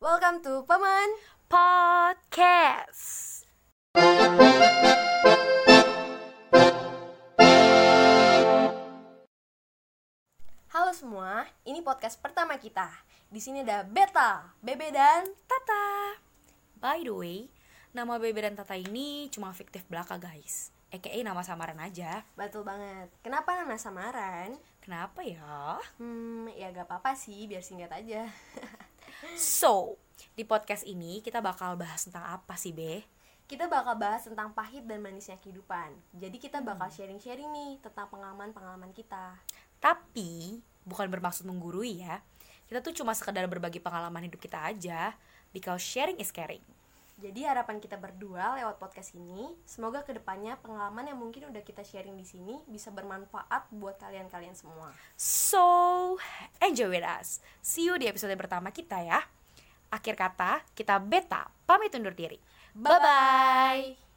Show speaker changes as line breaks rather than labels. Welcome to Paman.
podcast.
Halo semua, ini podcast pertama kita. Di sini ada Beta, Bebe dan
Tata. By the way, nama Bebe dan Tata ini cuma fiktif belaka guys. EKE nama samaran aja.
Betul banget. Kenapa nama samaran?
Kenapa ya?
Hmm, ya gak apa-apa sih, biar singkat aja.
So, di podcast ini kita bakal bahas tentang apa sih, Be?
Kita bakal bahas tentang pahit dan manisnya kehidupan. Jadi kita bakal sharing-sharing nih tentang pengalaman-pengalaman kita.
Tapi bukan bermaksud menggurui ya. Kita tuh cuma sekedar berbagi pengalaman hidup kita aja because sharing is caring.
Jadi harapan kita berdua lewat podcast ini, semoga kedepannya pengalaman yang mungkin udah kita sharing di sini bisa bermanfaat buat kalian-kalian semua.
So, enjoy with us. See you di episode pertama kita ya. Akhir kata, kita beta pamit undur diri. Bye-bye.